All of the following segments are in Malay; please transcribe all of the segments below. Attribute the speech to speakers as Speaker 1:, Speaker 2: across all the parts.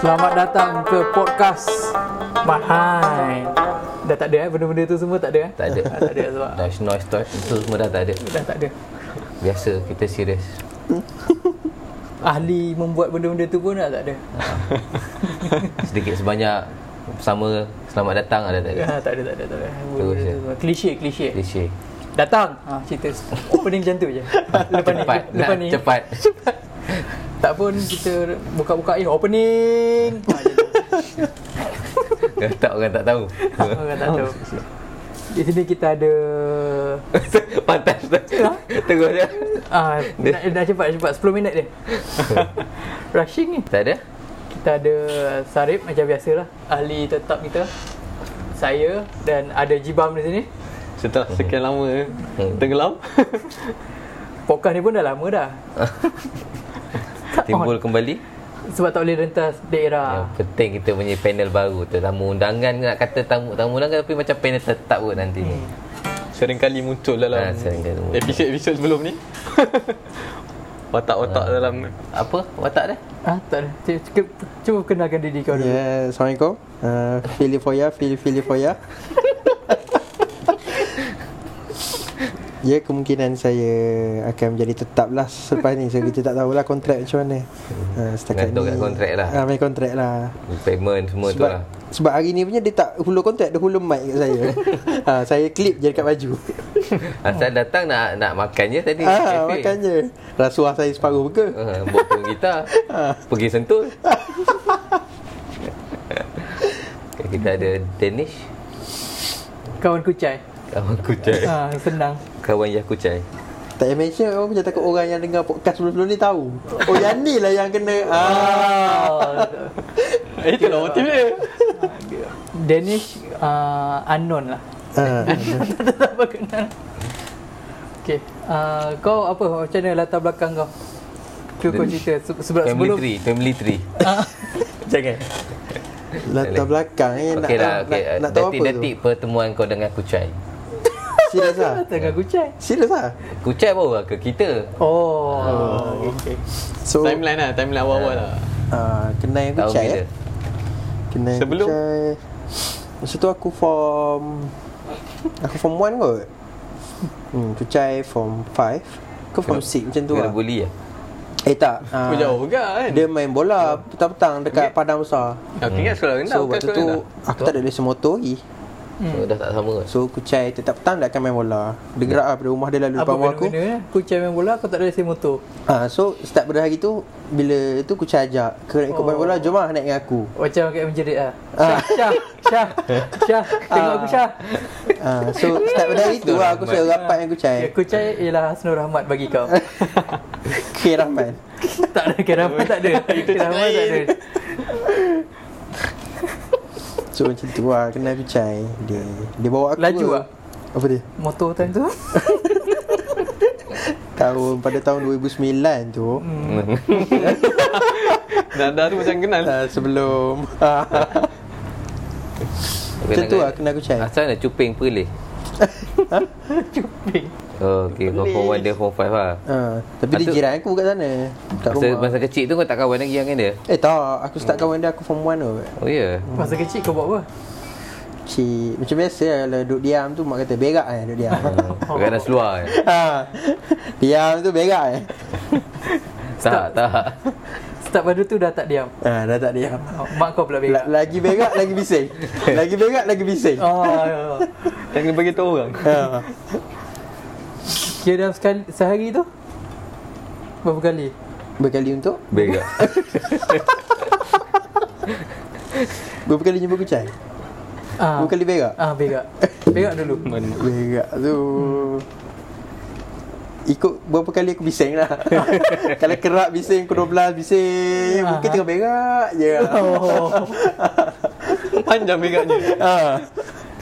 Speaker 1: Selamat datang ke podcast Mat Hai. Dah tak ada eh benda-benda tu semua tak ada eh?
Speaker 2: Tak ada.
Speaker 1: Ah, tak ada sebab
Speaker 2: Noise noise noise Itu semua dah tak ada
Speaker 1: dah tak ada.
Speaker 2: Biasa kita serius
Speaker 1: Ahli membuat benda-benda tu pun dah tak ada.
Speaker 2: Sedikit sebanyak Sama Selamat datang ada tak ada
Speaker 1: Ah, tak ada tak ada tak ada. Benda-benda
Speaker 2: Terus,
Speaker 1: tu
Speaker 2: eh.
Speaker 1: semua. Klise klise.
Speaker 2: Klise
Speaker 1: Datang. Ha cerita opening macam tu je. Lepas ni
Speaker 2: Ah, Cepat Nak
Speaker 1: lepas ni
Speaker 2: cepat
Speaker 1: tak pun kita buka-buka eh opening. Ha, macam tu.
Speaker 2: Kalau tak orang tak tahu
Speaker 1: Orang
Speaker 2: Oh,
Speaker 1: tak tahu. Di sini kita ada
Speaker 2: Pantas
Speaker 3: Lah.
Speaker 2: Terus je
Speaker 1: ah dah, dah cepat cepat 10 minit dia. Rushing ni.
Speaker 2: Tak ada
Speaker 1: Kita ada Sarip macam biasalah Ahli tetap kita Saya Dan ada Jibam di sini
Speaker 4: Setelah sekian lama eh, tenggelam
Speaker 1: Podcast ni pun dah lama dah
Speaker 2: Timbul kembali
Speaker 1: Sebab tak boleh rentas
Speaker 2: Yang
Speaker 3: Ah.
Speaker 1: daerah
Speaker 2: penting kita punya panel baru tu Tamu undangan nak kata tamu Tamu undangan tapi macam panel tetap kot nanti ni
Speaker 3: Hmm.
Speaker 4: sering kali muncul
Speaker 2: Ah,
Speaker 4: dalam
Speaker 2: seringkali muncul.
Speaker 4: episod-episod sebelum ni. Watak-watak dalam
Speaker 2: Apa watak dia?
Speaker 1: ha, Tak ada Cik, cukup, Cuba kenalkan diri kau dulu
Speaker 3: Yeah, Assalamualaikum. Uh, Fili Foya, Fili Fili Foya. Ya, kemungkinan saya akan menjadi tetap lah selepas ni. So, kita tak tahulah kontrak macam mana. Uh, setakat
Speaker 2: Gantung
Speaker 3: ni.
Speaker 2: Hmm. kat kontrak lah.
Speaker 3: Ah, main kontrak lah.
Speaker 2: Payment semua tu
Speaker 3: sebab,
Speaker 2: lah
Speaker 3: sebab hari ni punya dia tak hulur kontrak, dia hulur mic kat saya. ha, saya clip je dekat baju.
Speaker 2: Asal datang nak nak makan je tadi
Speaker 3: ah,
Speaker 2: Cafe.
Speaker 3: makan je. Rasuah saya separuh burger.
Speaker 2: Ah, Bawa pun kita Pergi sentul Kita ada Danish
Speaker 1: Kawan Kucai
Speaker 2: Kawan kucai
Speaker 1: ha, Senang
Speaker 2: Kawan yang kucai
Speaker 3: Tak payah mention, orang macam takut orang yang dengar podcast sebelum-sebelum ni tahu. Oh, yang ni lah yang kena. Ah.
Speaker 1: oh,
Speaker 4: eh, itulah motif dia.
Speaker 1: Danish uh, Unknown lah
Speaker 3: Ah.
Speaker 1: Tak apa kenal Okay uh, Kau apa Macam mana latar belakang kau Cuba kau cerita Se- Sebelum
Speaker 2: Family
Speaker 1: sebelum-
Speaker 2: tree Family tree
Speaker 1: Jangan
Speaker 3: Latar
Speaker 2: Boleh.
Speaker 3: belakang eh nak,
Speaker 2: Okey lah
Speaker 3: nak,
Speaker 2: okay.
Speaker 3: nak, nak tahu apa tu?
Speaker 2: Detik-detik pertemuan kau dengan kucai
Speaker 3: Serius ah.
Speaker 1: Tengah Kucai
Speaker 3: Serius ah.
Speaker 2: Kucai bawa lah ke kita
Speaker 1: Oh, okay.
Speaker 3: So
Speaker 4: Timeline lah, timeline awal-awal lah.
Speaker 3: ah, kenal
Speaker 2: Tahu
Speaker 3: Kucai
Speaker 2: bila
Speaker 3: eh. Kenal
Speaker 4: Sebelum-
Speaker 3: Kucai. Masa tu aku form aku form 1 kot. Hmm, Kucai form 5. Kau form 6 macam tu
Speaker 2: Kena
Speaker 3: lah.
Speaker 2: bully lah
Speaker 3: Eh tak. ah,
Speaker 4: Kau jauh juga kan?
Speaker 3: Dia main bola petang-petang dekat padang besar.
Speaker 4: Aku ingat sekolah rendah.
Speaker 3: So
Speaker 4: bukan
Speaker 3: waktu
Speaker 4: sekolah
Speaker 3: tu
Speaker 4: rendah.
Speaker 3: aku tak ada lesen motor lagi. Hmm.
Speaker 2: so, Dah tak sama kan
Speaker 3: So Kucai tetap petang dia akan main bola. Dia gerak lah dari rumah dia lalu
Speaker 1: Apa
Speaker 3: depan rumah
Speaker 1: benda
Speaker 3: aku.
Speaker 1: benda eh? Kucai main bola kau tak ada lesen motor.
Speaker 3: Ah, so start pada hari tu bila tu aku ajak ke ikut
Speaker 1: Oh.
Speaker 3: main bola jom lah naik dengan aku.
Speaker 1: Macam kat menjerit ah. Syah, Syah, Syah, Syah, tengok aku Syah.
Speaker 3: Ah, so start pada hari tu lah aku suruh rapat dengan Kucai.
Speaker 1: Ya, Kucai ialah Hasnul Rahmat bagi kau.
Speaker 3: Okey Rahman.
Speaker 1: tak ada keramat tak ada.
Speaker 4: Itu
Speaker 1: Keramat tak ada.
Speaker 4: lain.
Speaker 3: So macam tu lah kenal Kucai. Dia dia bawa aku.
Speaker 1: Laju ah?
Speaker 3: Apa dia?
Speaker 1: Motor time tu.
Speaker 3: Tahun pada tahun 2009 tu.
Speaker 1: Hmm.
Speaker 4: Dah, dah tu macam kenal.
Speaker 3: Ah, sebelum ah, Macam tu lah kenal Kucai.
Speaker 2: Asal mana cuping pelih
Speaker 1: Cuping.
Speaker 2: Oh, okay, kau form 1 dia form 5 lah
Speaker 3: ah, tapi dia
Speaker 2: Patut-
Speaker 3: jiran aku kat sana. Kat
Speaker 2: masa,
Speaker 3: rumah.
Speaker 2: masa kecil tu kau tak kawan lagi dengan dia
Speaker 3: Eh tak, aku start kawan dia aku form 1 tu.
Speaker 2: Oh ya yeah.
Speaker 1: Masa kecil kau buat apa?
Speaker 3: Cik, macam biasa lah kalau duduk diam tu mak kata berak eh duduk diam.
Speaker 2: Oh. Kadang seluar eh.
Speaker 3: ha. Diam tu berak eh.
Speaker 2: Tak, tak.
Speaker 1: Start pada tu dah tak diam.
Speaker 3: Ha, dah tak diam.
Speaker 1: Oh, mak kau pula
Speaker 3: La-
Speaker 1: berak.
Speaker 3: lagi berak lagi bising. Lagi berak lagi bising.
Speaker 1: Oh, ya, ya.
Speaker 4: Yang kena bagi tahu orang.
Speaker 3: Ha.
Speaker 1: kira dalam sekali, sehari tu berapa kali?
Speaker 3: Berkali untuk
Speaker 2: Berak.
Speaker 3: berapa kali jumpa kucai?
Speaker 1: Ah,
Speaker 3: Berapa kali berak?
Speaker 1: ah berak. Berak dulu.
Speaker 3: Berak tu Ikut berapa kali aku bising lah Kalau kerak bising Pukul 12 bising Mungkin
Speaker 1: Aha.
Speaker 3: tengah berak je
Speaker 1: Ah. Oh,
Speaker 4: Panjang megaknya.
Speaker 3: ha.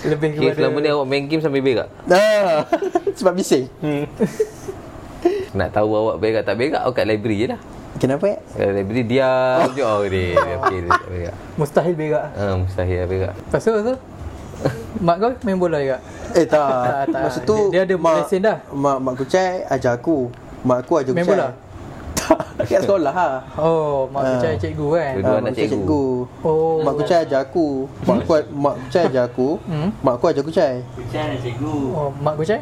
Speaker 1: lebih
Speaker 2: Kira
Speaker 1: kepada
Speaker 2: selama ni awak main game sambil berak.
Speaker 3: ha. Sebab bising
Speaker 1: Hmm.
Speaker 2: Nak tahu awak berak tak berak, awak kat library je lah.
Speaker 3: Kenapa eh?
Speaker 2: Kat library diam je. Oh, dia. Okey, dia tak berak.
Speaker 1: mustahil berak.
Speaker 2: Ah, mustahil lah berak.
Speaker 1: Lepas tu, lepas tu Mak kau main bola juga
Speaker 3: Eh tak,
Speaker 1: Tak, tak.
Speaker 3: Masa tu
Speaker 1: Dia- dia ada lesen dah.
Speaker 3: Mak, mak kucai ajar aku Mak aku ajar
Speaker 1: Main
Speaker 3: kucai
Speaker 1: bola?
Speaker 3: Tak Kat sekolah lah
Speaker 1: Oh, mak
Speaker 3: Ah.
Speaker 1: kucai cikgu kan.
Speaker 2: Dua-dua
Speaker 3: Ah,
Speaker 2: anak
Speaker 3: mak kucai
Speaker 2: cikgu.
Speaker 1: Oh.
Speaker 3: Mak kucai ajar aku Mak
Speaker 2: Hmm?
Speaker 3: aku Mak kucai ajar aku
Speaker 1: Hmm.
Speaker 3: Mak aku ajar kucai
Speaker 5: Kucing ada cikgu.
Speaker 1: Oh, mak kucai?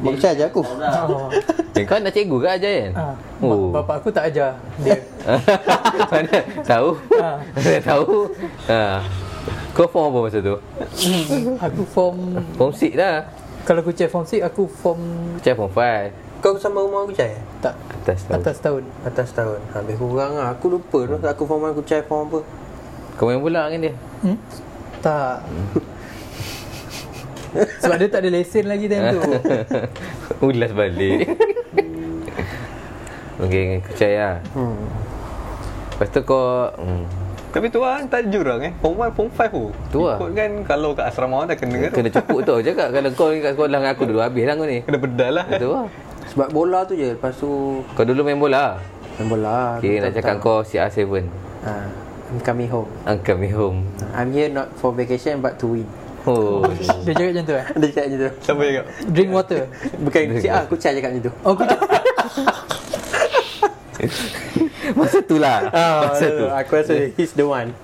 Speaker 3: Mak kucai ajar aku
Speaker 5: Tak tahu.
Speaker 1: Oh.
Speaker 2: Eh, kau nak cikgu ke ajar kan?
Speaker 1: Ah.
Speaker 2: Oh.
Speaker 1: Oh. Bapak aku tak ajar dia.
Speaker 2: Mana tahu?
Speaker 1: Ha.
Speaker 2: Mana tahu? Ha. Kau form apa masa tu?
Speaker 1: aku form
Speaker 2: Form 6 dah.
Speaker 1: kalau kucai form 6 aku form
Speaker 2: Macam form 5.
Speaker 3: Kau sama rumah aku kucai
Speaker 1: tak
Speaker 2: Atas tahu. Atas.
Speaker 1: atas tahun.
Speaker 3: Atas tahun Habis kurang lah Aku lupa tu Aku form aku kucai form apa
Speaker 2: Kau main bola dengan dia?
Speaker 1: Hmm? Tak. Sebab dia tak ada lesen lagi time tu.
Speaker 2: Ulas balik. Okey, dengan kucai lah.
Speaker 3: Hmm
Speaker 2: Lepas tu kau... Hmm.
Speaker 4: Tapi tu lah tak jurang eh Form 1, Form 5 tu
Speaker 2: Tu lah.
Speaker 4: Ikut kan kalau kat asrama orang dah kena tu
Speaker 2: Kena cukup tau cakap. Kalau kau ni kat sekolah dengan aku dulu, habis lah kau ni.
Speaker 4: Kena bedal lah
Speaker 2: Betul lah.
Speaker 3: Sebab bola tu je Lepas tu
Speaker 2: Kau dulu main bola.
Speaker 3: Main bola
Speaker 2: Okey, nak cakap kau CR7.
Speaker 3: ha, I'm coming home
Speaker 2: Angkat me home.
Speaker 3: I'm here not for vacation But to win
Speaker 2: Oh.
Speaker 1: Dia cakap macam tu eh.
Speaker 3: Dia cakap macam tu
Speaker 4: Siapa cakap
Speaker 1: Drink water.
Speaker 3: Bukan kucai ah, Kucai cakap macam tu
Speaker 1: Oh, kucai.
Speaker 2: Masa tu lah. Masa tu.
Speaker 3: Aku rasa He's the one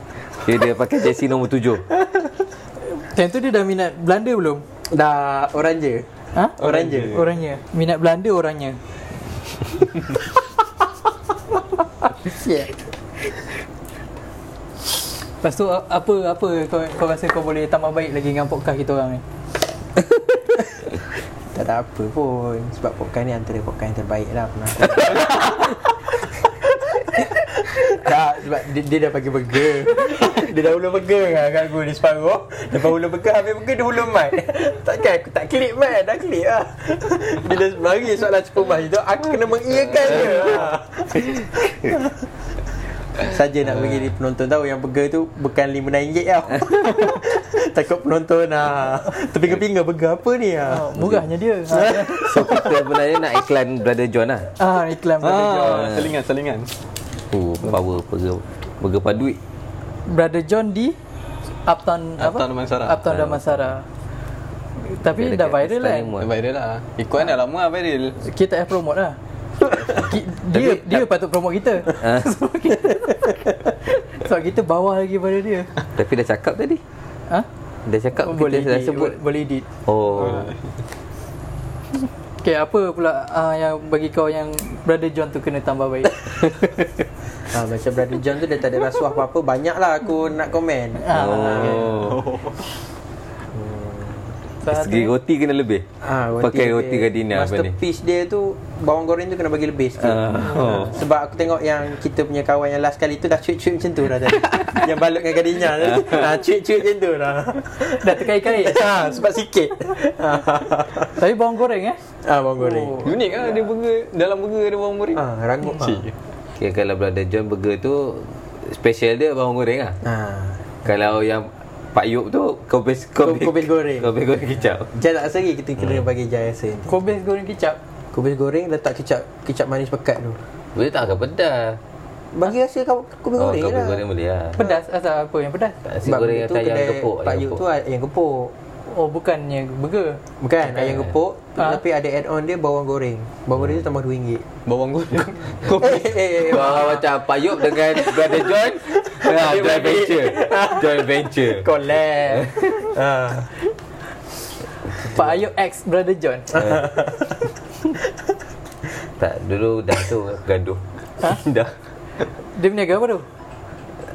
Speaker 2: Dia, dia pakai jersey nombor tujuh.
Speaker 1: Time tu dia dah minat Belanda belum?
Speaker 3: Dah oranje
Speaker 1: Ha?
Speaker 3: Oranje
Speaker 1: Orangnya. Minat Belanda orangnya.
Speaker 3: Yeah.
Speaker 1: Lepas tu a- apa apa kau, kau rasa kau boleh tambah baik lagi dengan podcast kita orang ni?
Speaker 3: Tak ada apa pun Sebab podcast ni antara podcast yang terbaik lah pernah aku. tak, sebab dia, dia dah pakai burger Dia dah ulur burger kan kat aku Dia separuh Lepas ulur burger, habis burger dia ulur mic Takkan aku tak klik mic, dah klik lah Bila mari soalan super mic tu Aku kena mengiyakan dia Saja nak bagi ni penonton tahu Yang burger tu bukan RM5 tau Takut penonton lah Terpinga-pinga burger apa ni lah
Speaker 1: Oh, murahnya dia. Ha.
Speaker 2: So kita sebenarnya nak iklan Brother John lah.
Speaker 1: ah, iklan Brother John.
Speaker 4: ah, Selingan selingan
Speaker 2: Oh, power burger, burger paduit.
Speaker 1: Brother John di Uptown apa?
Speaker 4: Uptown Damansara.
Speaker 1: Uptown Damansara. Tapi
Speaker 2: Dia
Speaker 1: dah
Speaker 2: dekat
Speaker 1: viral lah.
Speaker 2: Stanley Mall.
Speaker 4: Viral lah Ikut dah lama lah viral
Speaker 1: Kita tak payah promote lah. Ki- dia dia patut promote kita.
Speaker 2: Ah.
Speaker 1: Sebab kita Sebab kita bawah lagi pada dia.
Speaker 2: Tapi dah cakap tadi.
Speaker 1: Ha?
Speaker 2: Dah cakap
Speaker 1: Oh,
Speaker 2: kita boleh dah sebut.
Speaker 1: bo- Boleh edit.
Speaker 2: Oh.
Speaker 1: Okay, apa pula uh, yang bagi kau yang Brother John tu kena tambah baik?
Speaker 3: Ha, macam Brother John tu dia tak ada rasuah apa-apa Banyak lah aku nak komen
Speaker 2: Ah. Oh. Segi roti kena lebih.
Speaker 3: Ah,
Speaker 2: Pakai roti gardenia apa ni?
Speaker 3: Masterpiece dia tu Bawang goreng tu kena bagi lebih sikit
Speaker 2: Ah, oh.
Speaker 3: Sebab aku tengok yang Kita punya kawan yang last kali tu Dah cuit-cuit macam tu dah tadi Yang balut dengan gardenia tadi
Speaker 2: Ah.
Speaker 3: ha, Cuit-cuit macam tu dah
Speaker 1: Dah terkait-kait.
Speaker 3: ha, Sebab sikit ha,
Speaker 1: Tapi bawang goreng eh?
Speaker 3: ha, Bawang goreng
Speaker 1: Oh.
Speaker 4: Unik lah dia burger Dalam burger ada bawang goreng
Speaker 3: ha, Rangup ha.
Speaker 4: Cik
Speaker 2: Okay, kalau Brother John burger tu special dia bawang goreng lah.
Speaker 3: ha.
Speaker 2: Kalau yang Pak Yop tu kopis kopis
Speaker 3: Kopis goreng.
Speaker 2: Kopis goreng kicap.
Speaker 3: Jaya tak rasa lagi kita
Speaker 2: Hmm.
Speaker 3: kena bagi jaya rasa nanti
Speaker 1: Kobes goreng kicap.
Speaker 3: Kubis goreng letak kicap Kicap manis pekat tu
Speaker 2: Boleh tak agak pedas.
Speaker 3: Bagi rasa kau kubis
Speaker 2: Oh,
Speaker 3: goreng
Speaker 2: kopis
Speaker 3: lah
Speaker 2: goreng boleh lah.
Speaker 1: Pedas asal apa yang pedas?
Speaker 2: Tak nasi
Speaker 3: Sebab
Speaker 2: goreng
Speaker 3: benda tu
Speaker 2: atas ayam
Speaker 3: kedai
Speaker 2: gepuk.
Speaker 3: Pak
Speaker 2: ayam
Speaker 3: Yuk
Speaker 2: gepuk.
Speaker 3: tu lah. ah, ayam gepuk
Speaker 1: Oh, bukannya burger.
Speaker 3: Bukan ayam gepuk
Speaker 1: Ha?
Speaker 3: Tapi ada add on dia bawang goreng Bawang goreng tu tambah RM2
Speaker 4: Bawang goreng
Speaker 3: Eh eh eh
Speaker 2: Kau Ah, macam Pak Yop dengan Brother John ah, Joint venture Joint venture
Speaker 3: Collab ha.
Speaker 1: Pak Ayub X Brother John.
Speaker 2: Tak, dulu dah tu gaduh Dah
Speaker 1: Dia berniaga apa tu?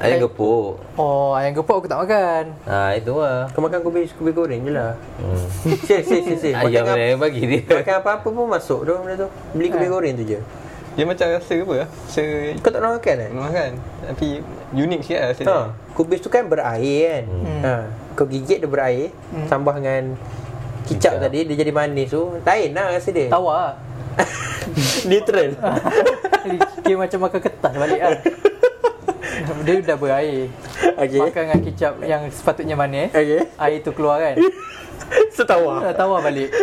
Speaker 2: Ayam gepuk
Speaker 1: Oh, ayam gepuk aku tak makan.
Speaker 2: Ha, itu lah
Speaker 3: Kau makan kubis, kubis goreng je lah
Speaker 2: hmm.
Speaker 3: Sih sih sih sih
Speaker 2: Ayam
Speaker 3: Makan,
Speaker 2: yang bagi
Speaker 3: apa-
Speaker 2: dia
Speaker 3: makan apa-apa pun masuk tu benda tu Beli kubis goreng tu je
Speaker 4: Dia macam rasa apa lah Rasa
Speaker 3: Kau tak nak makan kan?
Speaker 4: Nak makan Tapi unik sikit lah rasa
Speaker 3: Ha.
Speaker 4: dia
Speaker 3: Kubis tu kan berair kan
Speaker 2: Hmm.
Speaker 3: ha. Kau gigit dia berair Sambah dengan kicap,
Speaker 2: Kicap.
Speaker 3: tadi Dia jadi manis tu Lain lah rasa dia
Speaker 1: Tawar lah.
Speaker 3: Neutral
Speaker 1: Ah. Jadi, Kira macam makan ketan balik lah. Dia dah berair.
Speaker 3: Okay
Speaker 1: Makan dengan kicap yang sepatutnya manis.
Speaker 3: Okay
Speaker 1: Air tu keluar kan.
Speaker 3: Setawa
Speaker 1: Dah tawar balik.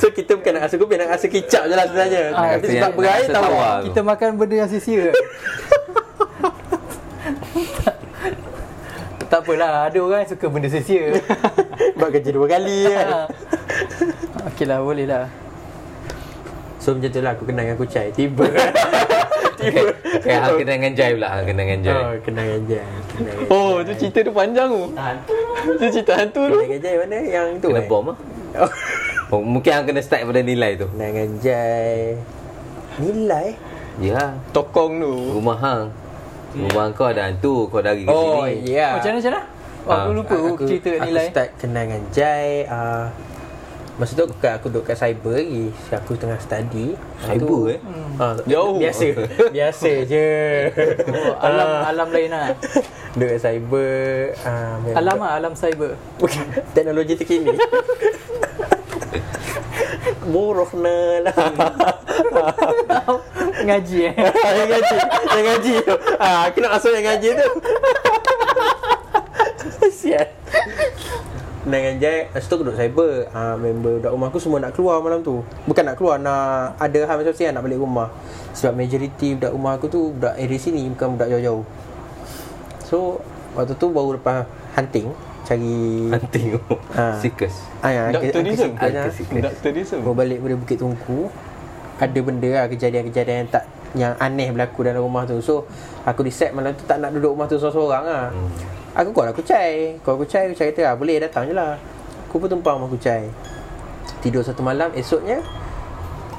Speaker 3: So kita bukan nak rasa kopi Nak rasa kicap je lah sebenarnya
Speaker 1: Ah,
Speaker 3: Tapi Sebab
Speaker 2: yang-
Speaker 3: berair
Speaker 2: rasa
Speaker 3: tahu
Speaker 2: tawar. Baru.
Speaker 1: Kita makan benda yang sia-sia. tak apalah, ada orang yang suka benda sia-sia.
Speaker 3: Buat kerja dua kali kan
Speaker 1: Ha.
Speaker 2: Ah.
Speaker 1: Okey lah, boleh lah.
Speaker 3: So macam tu lah aku kenal dengan kucai Tiba tiba.
Speaker 2: Okay, hang Eh, kena dengan Jai pula. Hang kena dengan Jai.
Speaker 3: Oh, kenang aja.
Speaker 4: Oh, tu cerita tu panjang tu.
Speaker 3: Hantu.
Speaker 4: Tu cerita hantu tu.
Speaker 3: Kenang aja mana yang tu?
Speaker 2: Kena
Speaker 3: eh?
Speaker 2: bom lah. Oh, mungkin hang kena start pada nilai tu.
Speaker 3: Kenang aja. Nilai.
Speaker 2: Ya.
Speaker 4: Tokong tu.
Speaker 2: Rumah hang. Rumah kau ada hantu. Kau dari ke
Speaker 3: Oh,
Speaker 2: sini.
Speaker 3: ya.
Speaker 1: Macam mana macam mana? Oh, aku
Speaker 2: Ah,
Speaker 1: lupa aku, cerita nilai.
Speaker 3: Aku start kenangan Jai uh, Masa tu aku, aku duduk kat cyber lagi Aku tengah study Lepas tu-
Speaker 2: Cyber, eh?
Speaker 3: Ah,
Speaker 4: Jauh.
Speaker 3: Biasa Biasa je
Speaker 1: Oh, alam
Speaker 3: Ah,
Speaker 1: alam lain lah.
Speaker 3: Duduk kat cyber uh,
Speaker 1: Alam ah, alam cyber.
Speaker 3: Bukan Teknologi terkini Boros lah
Speaker 1: Ngaji eh.
Speaker 3: Yang ngaji Yang ngaji tu ah, Aku nak masuk yang ngaji tu Sial Dengan Jai Lepas tu aku duduk cyber ah, Member budak rumah aku semua nak keluar malam tu Bukan nak keluar Nak ada hal macam siang nak balik rumah Sebab majoriti budak rumah aku tu Budak area sini Bukan budak jauh-jauh So Waktu tu baru lepas hunting Cari
Speaker 2: Hunting.
Speaker 3: Ah.
Speaker 2: Sikus.
Speaker 3: Ah, ya,
Speaker 4: Dr. Rizal.
Speaker 3: Angkat
Speaker 2: Siklus.
Speaker 4: Dr. Rizal.
Speaker 3: Bawa balik dari Bukit Tungku Ada benda lah kejadian-kejadian yang tak Yang aneh berlaku dalam rumah tu So aku decide malam tu tak nak duduk rumah tu seorang-seorang lah
Speaker 2: Hmm.
Speaker 3: Aku call aku cai Call aku cai, aku cai kata ah, boleh datang je lah Aku pun tumpang rumah aku cai Tidur satu malam esoknya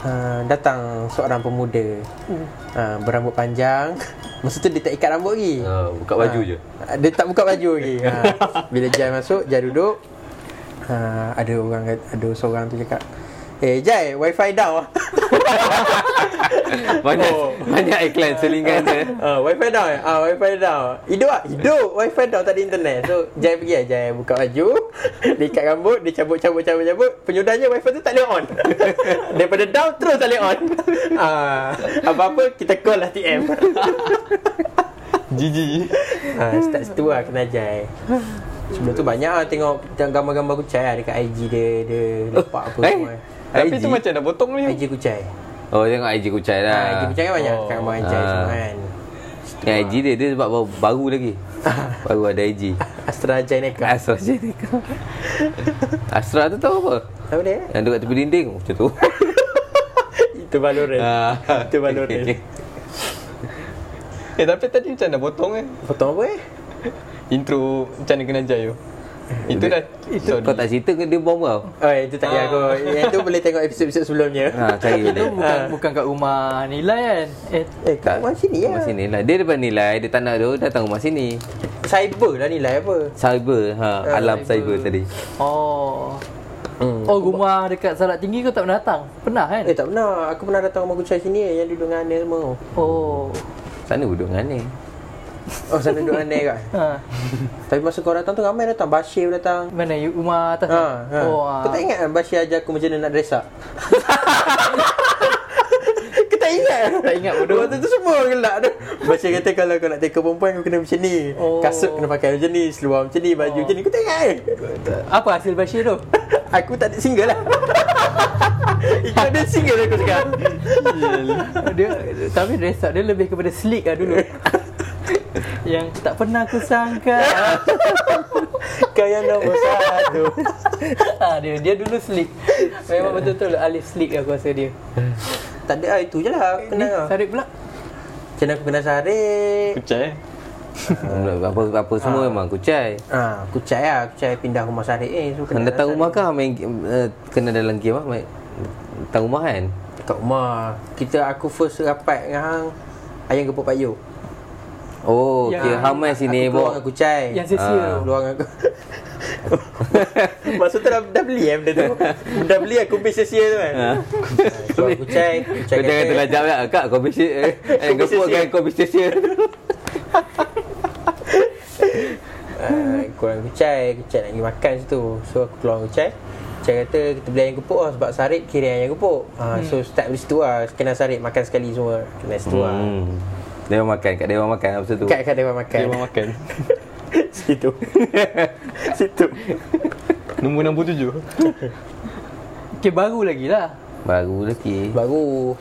Speaker 3: uh, Datang seorang pemuda
Speaker 2: Hmm.
Speaker 3: uh, Berambut panjang Masa tu dia tak ikat rambut lagi
Speaker 2: Ah, buka baju
Speaker 3: Ah.
Speaker 2: je.
Speaker 3: Ah, Dia tak buka baju lagi ha. Bila Jai masuk Jai duduk ha, Ada orang kat- Ada seorang tu cakap Eh Jai wifi down ah.
Speaker 2: Banyak
Speaker 3: Oh.
Speaker 2: banyak iklan selingan je.
Speaker 3: Ah, wifi down eh? Ah, wifi down. Hidup ah, hidup. Wifi down tak ada internet. So Jai pergi lah. Jai buka baju, dia ikat rambut, dia cabut cabut cabut cabut. Penyudahnnya wifi tu tak boleh on. Daripada down terus tak boleh on. Ah, apa-apa kita call lah TM.
Speaker 4: GG.
Speaker 3: ha, start situ lah kena Jai. Sebelum tu banyak lah tengok gambar-gambar kucai lah dekat IG dia, dia lepak apa
Speaker 2: Eh?
Speaker 3: semua.
Speaker 4: Tapi
Speaker 2: IG?
Speaker 4: tu macam dah potong ni.
Speaker 3: IG kucai.
Speaker 2: Oh, tengok IG Kucai
Speaker 3: Ha,
Speaker 2: lah.
Speaker 3: IG kucai kan banyak
Speaker 4: Oh.
Speaker 3: kat gambar kucai
Speaker 2: Ah.
Speaker 3: semua kan.
Speaker 2: Yang IG dia, dia sebab baru, baru lagi.
Speaker 3: Ha.
Speaker 2: baru ada IG.
Speaker 3: Astra Jai Neka.
Speaker 2: Astra Jenica. Astra tu tahu apa?
Speaker 3: Apa dia?
Speaker 2: Yang duduk tepi dinding macam tu.
Speaker 3: Itu Valorant.
Speaker 2: Ah.
Speaker 3: Itu Valorant.
Speaker 4: Eh tapi tadi macam dah potong eh.
Speaker 3: Potong apa eh?
Speaker 4: Intro macam mana kena jaya. Itu dah
Speaker 2: Itu kau tak cerita ke dia bom kau?
Speaker 3: Oh, itu tak payah kot. Yang tu boleh tengok episod-episod sebelumnya.
Speaker 2: Ha, cari
Speaker 1: Itu
Speaker 2: boleh.
Speaker 1: bukan bukan kat rumah nilai kan. Eh,
Speaker 3: Eh, kat rumah sini
Speaker 2: Rumah
Speaker 3: ya.
Speaker 2: sini lah. Dia depan nilai, dia tak nak tu, datang rumah sini.
Speaker 3: Cyber lah nilai apa.
Speaker 2: Cyber, ha,
Speaker 3: Ah,
Speaker 2: alam cyber, tadi.
Speaker 1: oh.
Speaker 2: Hmm.
Speaker 1: Oh, rumah dekat Salat Tinggi kau tak pernah datang? Pernah kan?
Speaker 3: Eh, tak pernah. Aku pernah datang rumah kucai sini eh, yang duduk dengan Anil semua.
Speaker 1: Oh.
Speaker 2: Sana duduk dengan ni.
Speaker 3: Oh, sana duduk dengan Anil kan?
Speaker 1: Ha.
Speaker 3: Tapi masa kau datang tu ramai datang. Bashir datang.
Speaker 1: Mana you- rumah atas?
Speaker 3: Ha,
Speaker 1: ni?
Speaker 3: ha.
Speaker 1: Oh,
Speaker 3: Oh, Kau tak ingat kan Bashir ajar aku macam mana nak dress up? Kau tak ingat?
Speaker 1: Tak ingat bodoh.
Speaker 3: Waktu tu semua orang gelak tu. Bashir kata kalau kau nak take perempuan kau kena macam ni.
Speaker 1: Oh.
Speaker 3: Kasut kena pakai macam ni, seluar macam ni, baju
Speaker 1: Oh.
Speaker 3: macam ni. Kau tak ingat kan?
Speaker 1: Apa hasil Bashir tu?
Speaker 3: Aku tak ada single lah. Ikut dia single aku sekarang.
Speaker 1: dia tapi dress up dia lebih kepada sleek lah dulu. Yang tak pernah aku sangka.
Speaker 3: Kau yang nombor satu.
Speaker 1: ha, dia dia dulu sleek. Memang betul-betul alif sleek aku rasa dia.
Speaker 3: Tak ada lah, itu je lah. Kena
Speaker 1: Ni,
Speaker 3: lah.
Speaker 1: Sarit pula.
Speaker 3: Macam mana aku kena sarik.
Speaker 4: Kucai eh.
Speaker 3: Ah.
Speaker 2: Apa apa semua memang kucai.
Speaker 3: Ha, kucai lah. Kucai pindah rumah sarik eh. So,
Speaker 2: Kena datang rumah kau main game, eh, kena dalam game ah main. Datang rumah kan.
Speaker 3: Kat rumah Kita aku first rapat dengan hang Ayang gepuk Pak Yuk
Speaker 2: Oh,
Speaker 1: Yang-
Speaker 2: kira hamai sini
Speaker 3: Ya. Ah, Aku keluar
Speaker 2: bawa.
Speaker 3: dengan kucai
Speaker 1: Yang sesia
Speaker 2: Ah.
Speaker 1: tu.
Speaker 3: Keluar dengan aku Masa tu dah, dah beli eh benda tu Dah beli aku pay sesia tu kan
Speaker 2: Ah.
Speaker 3: Keluar dengan kucai Kucai
Speaker 2: Kau jangan
Speaker 3: kata
Speaker 2: terlajak pula Kak kau bisik eh, eh, Kau
Speaker 3: Conversation.
Speaker 2: buat kan conversation
Speaker 3: "Ah, Keluar dengan kucai Kucai nak pergi makan situ So aku keluar dengan kucai Kucai kata kita beli ayam gepuk lah Sebab Sarip kira ayam gepuk ha, So start dari situ lah Kena Sarip makan sekali semua Kena situ lah
Speaker 2: hmm. Dewan makan Kat dewan makan Apa tu
Speaker 3: Kat kat dewan makan
Speaker 4: Dia mau makan.
Speaker 3: Situ Situ
Speaker 4: Nombor 67.
Speaker 1: Okay, baru lagi lah.
Speaker 2: Baru lagi
Speaker 3: Baru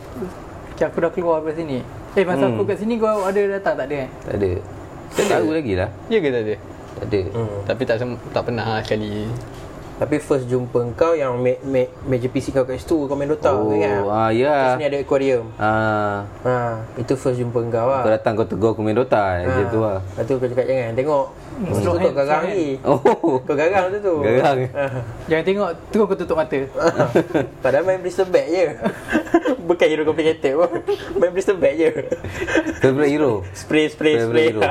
Speaker 1: Okay, aku dah keluar dari sini. Eh, masa
Speaker 2: Hmm.
Speaker 1: aku kat sini kau ada datang tak ada eh?
Speaker 2: Tak ada Baru lagi lah
Speaker 4: Ya ke tak ada?
Speaker 2: Tak ada
Speaker 3: hmm.
Speaker 4: Tapi tak sem- tak pernah lah sekali.
Speaker 3: Tapi first jumpa kau yang me, me, meja PC kau kat situ kau main Dota
Speaker 2: Oh,
Speaker 3: kau ingat?
Speaker 2: ah, ya.
Speaker 3: Kat sini ada aquarium.
Speaker 2: Ah,
Speaker 3: Ha, itu first jumpa kau
Speaker 2: kau
Speaker 3: lah.
Speaker 2: datang kau tegur aku main
Speaker 3: Ah.
Speaker 2: Dota ha. Macam tu lah
Speaker 3: Lepas tu kau cakap jangan tengok. Lepas tu kau
Speaker 1: Hmm, Hand,
Speaker 3: garang
Speaker 1: hand.
Speaker 3: lagi.
Speaker 2: Oh
Speaker 3: Kau garang tu tu.
Speaker 2: Garang.
Speaker 3: Ha.
Speaker 1: Jangan tengok terus kau tutup mata.
Speaker 3: Padahal main blister bag je. Bukan hero complicated pun. Main blister bag je.
Speaker 2: Favorite hero
Speaker 3: Spray, spray, spray.
Speaker 2: Favourite hero.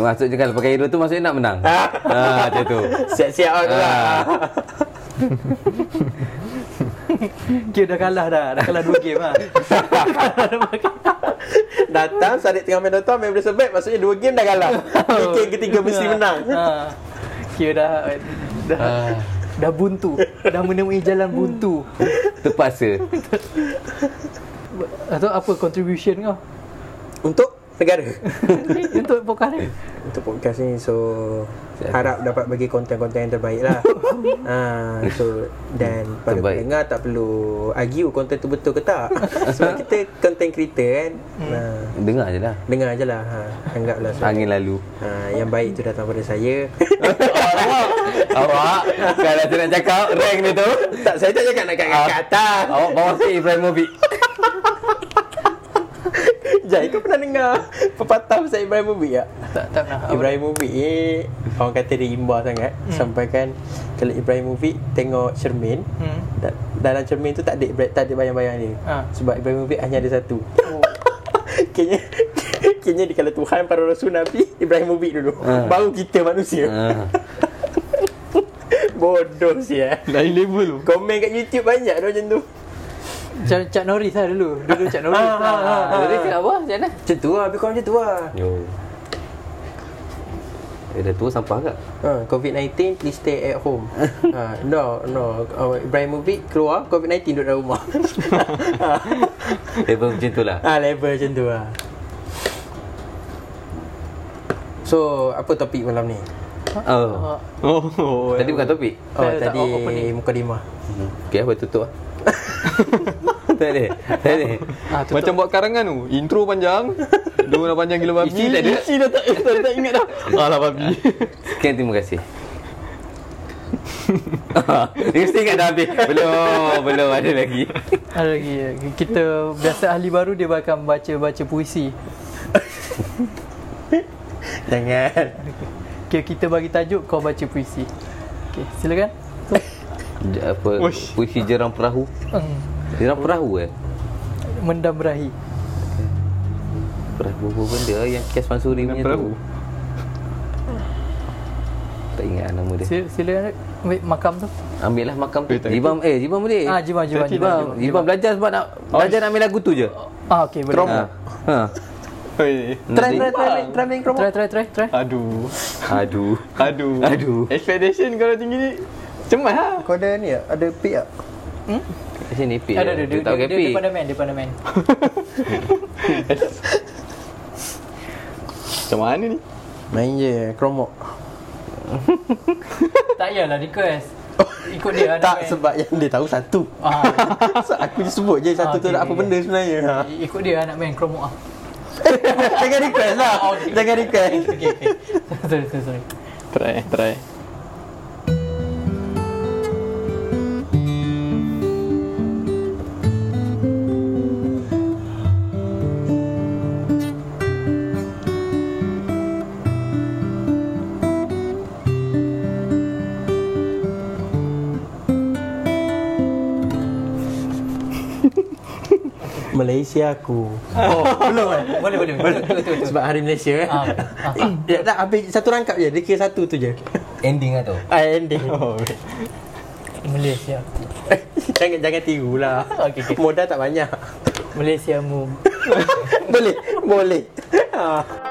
Speaker 2: Maksud je kalau pakai hero tu maksudnya nak menang Ah, macam tu
Speaker 3: Siap-siap lah tu lah.
Speaker 2: Ah.
Speaker 1: Kira dah kalah dah. Dah kalah 2 game lah.
Speaker 3: Datang Sadiq tengah main Dota Main Blizzard Bat Maksudnya dua game dah kalah Game ketiga mesti menang Ah.
Speaker 1: Ha. Kira dah dah, dah buntu. Dah menemui jalan buntu.
Speaker 2: Terpaksa
Speaker 1: Atau apa contribution kau
Speaker 3: Untuk negara
Speaker 1: untuk pokar ni?
Speaker 3: Untuk podcast ni So Harap dapat bagi konten-konten yang terbaik lah ha, So Dan Pada
Speaker 2: Terbaik.
Speaker 3: pendengar tak perlu Argue konten tu betul ke tak Sebab kita konten creator kan ha,
Speaker 2: Dengar je lah
Speaker 3: Dengar je lah ha, Anggaplah so.
Speaker 2: Angin lalu
Speaker 3: ha, Yang baik tu datang pada saya
Speaker 2: Awak Kalau tu nak cakap Rank dia tu
Speaker 3: Tak saya tak cakap nak kat kat atas
Speaker 2: Awak bawa si Ibrahimovic
Speaker 3: Jai kau pernah dengar Pepatah pasal Ibrahimovic tak?
Speaker 1: Tak tak nak.
Speaker 3: Ibrahimovic ni orang kata dia imbas sangat hmm. sampai kan kalau Ibrahimovic tengok cermin
Speaker 1: Hmm.
Speaker 3: da- dalam cermin tu tak ada Ibra- tak ada bayang-bayang dia
Speaker 1: Ha.
Speaker 3: sebab Ibrahimovic hanya ada satu
Speaker 1: Oh.
Speaker 3: kayaknya kayaknya dia kalau Tuhan para rasul nabi Ibrahimovic dulu
Speaker 2: Ha.
Speaker 3: baru kita
Speaker 4: Ha.
Speaker 3: manusia
Speaker 2: Ah.
Speaker 3: bodoh sih eh
Speaker 4: Lain level tu
Speaker 3: komen kat YouTube banyak dah macam tu
Speaker 1: Macam Cak Norris lah dulu. Dulu Cak Norris
Speaker 3: Ah, ah,
Speaker 1: lah.
Speaker 3: ah, ah.
Speaker 1: Dia cakap apa? Macam mana?
Speaker 3: macam tu lah habis korang macam tu lah
Speaker 2: Yo Eh dah tua sampah kak
Speaker 3: Ha, COVID-19 please stay at home. ha, no, no. Uh, Ibrahimovic keluar COVID-19 duduk dalam rumah.
Speaker 2: Level macam tu lah
Speaker 3: Ah level macam tu lah So apa topik malam ni?
Speaker 1: Ah,
Speaker 2: Oh
Speaker 4: Oh, oh
Speaker 2: Tadi bukan topik
Speaker 3: Oh
Speaker 1: Tak, tak,
Speaker 3: tadi
Speaker 1: oh, opening.
Speaker 3: mukadimah
Speaker 2: Okay apa tutup lah Tak ada Tak ada
Speaker 1: ah, tutup.
Speaker 4: Macam buat karangan tu Intro panjang Dua dah panjang gila babi
Speaker 2: Isi tak ada.
Speaker 4: Isi dah tak, eh, tak, tak ingat dah
Speaker 2: Oh, lah,
Speaker 4: Alah babi
Speaker 2: Sekian terima kasih Dia mesti ingat dah habis Belum Belum ada lagi
Speaker 1: Ada lagi Kita Biasa ahli baru Dia akan baca-baca puisi
Speaker 3: Jangan
Speaker 1: okay, Kita bagi tajuk Kau baca puisi okay, Silakan
Speaker 2: J- Apa
Speaker 4: Uish.
Speaker 2: Puisi jerang perahu
Speaker 1: Hmm,
Speaker 2: Jerang perahu eh
Speaker 1: Mendam berahi
Speaker 2: Perahu apa benda eh, Yang Kias Mansuri punya
Speaker 4: Dengan
Speaker 2: perahu.
Speaker 4: perahu
Speaker 2: tu Tak ingat nama dia
Speaker 1: Sil- Silakan Ambil makam tu
Speaker 2: Ambil lah makam tu
Speaker 4: Eh, tak
Speaker 2: Jibam Eh Jibam boleh
Speaker 1: Ah, Jibam, Jibam,
Speaker 2: Jibam,
Speaker 1: Jibam,
Speaker 2: Jibam, belajar sebab nak
Speaker 4: Oh,
Speaker 2: Belajar nak ambil lagu tu je
Speaker 1: Ah, okay boleh
Speaker 2: ha.
Speaker 1: Try,
Speaker 2: ha.
Speaker 4: Hei.
Speaker 3: Try
Speaker 2: Nanti-
Speaker 3: try try main try main kromok
Speaker 1: try, try, try, try.
Speaker 4: Aduh
Speaker 2: Aduh
Speaker 4: Aduh
Speaker 2: Aduh.
Speaker 4: Expectation kalau tinggi ni Cemas lah
Speaker 3: Kau ada ni tak? Ada pick tak?
Speaker 2: Kat Sini pik
Speaker 1: Ada, ada, dia,
Speaker 2: Dia
Speaker 1: dia,
Speaker 2: tak pakai
Speaker 1: dia,
Speaker 2: pik
Speaker 1: dia pandai main, dia pandai main.
Speaker 4: Macam mana ni
Speaker 3: Main je kromok
Speaker 1: tak payahlah request. Ikut dia lah. nak
Speaker 3: Tak
Speaker 1: main.
Speaker 3: sebab yang dia tahu satu
Speaker 1: Ah,
Speaker 3: So, Aku je sebut je satu tu
Speaker 1: Okay,
Speaker 3: nak apa
Speaker 1: okay,
Speaker 3: benda sebenarnya ha.
Speaker 1: ikut dia lah nak main kromok ah.
Speaker 3: Jangan request lah
Speaker 1: Okay.
Speaker 3: Jangan request
Speaker 1: Okay, okay. sorry, sorry, sorry.
Speaker 4: Try Try
Speaker 3: Malaysia aku
Speaker 1: Oh, belum kan? Boleh, boleh. boleh. Betul, betul, betul.
Speaker 3: Sebab hari Malaysia eh
Speaker 1: Ah, okay. Ah.
Speaker 3: Tak, tak, habis satu rangkap je Dia kira satu tu je
Speaker 2: Ending lah tu
Speaker 3: Ah, ending
Speaker 4: Oh
Speaker 1: Malaysia.
Speaker 3: Jangan jangan tiru lah
Speaker 1: Okey, okey.
Speaker 3: Modal tak banyak
Speaker 1: Malaysia mu.
Speaker 3: Boleh Boleh ha.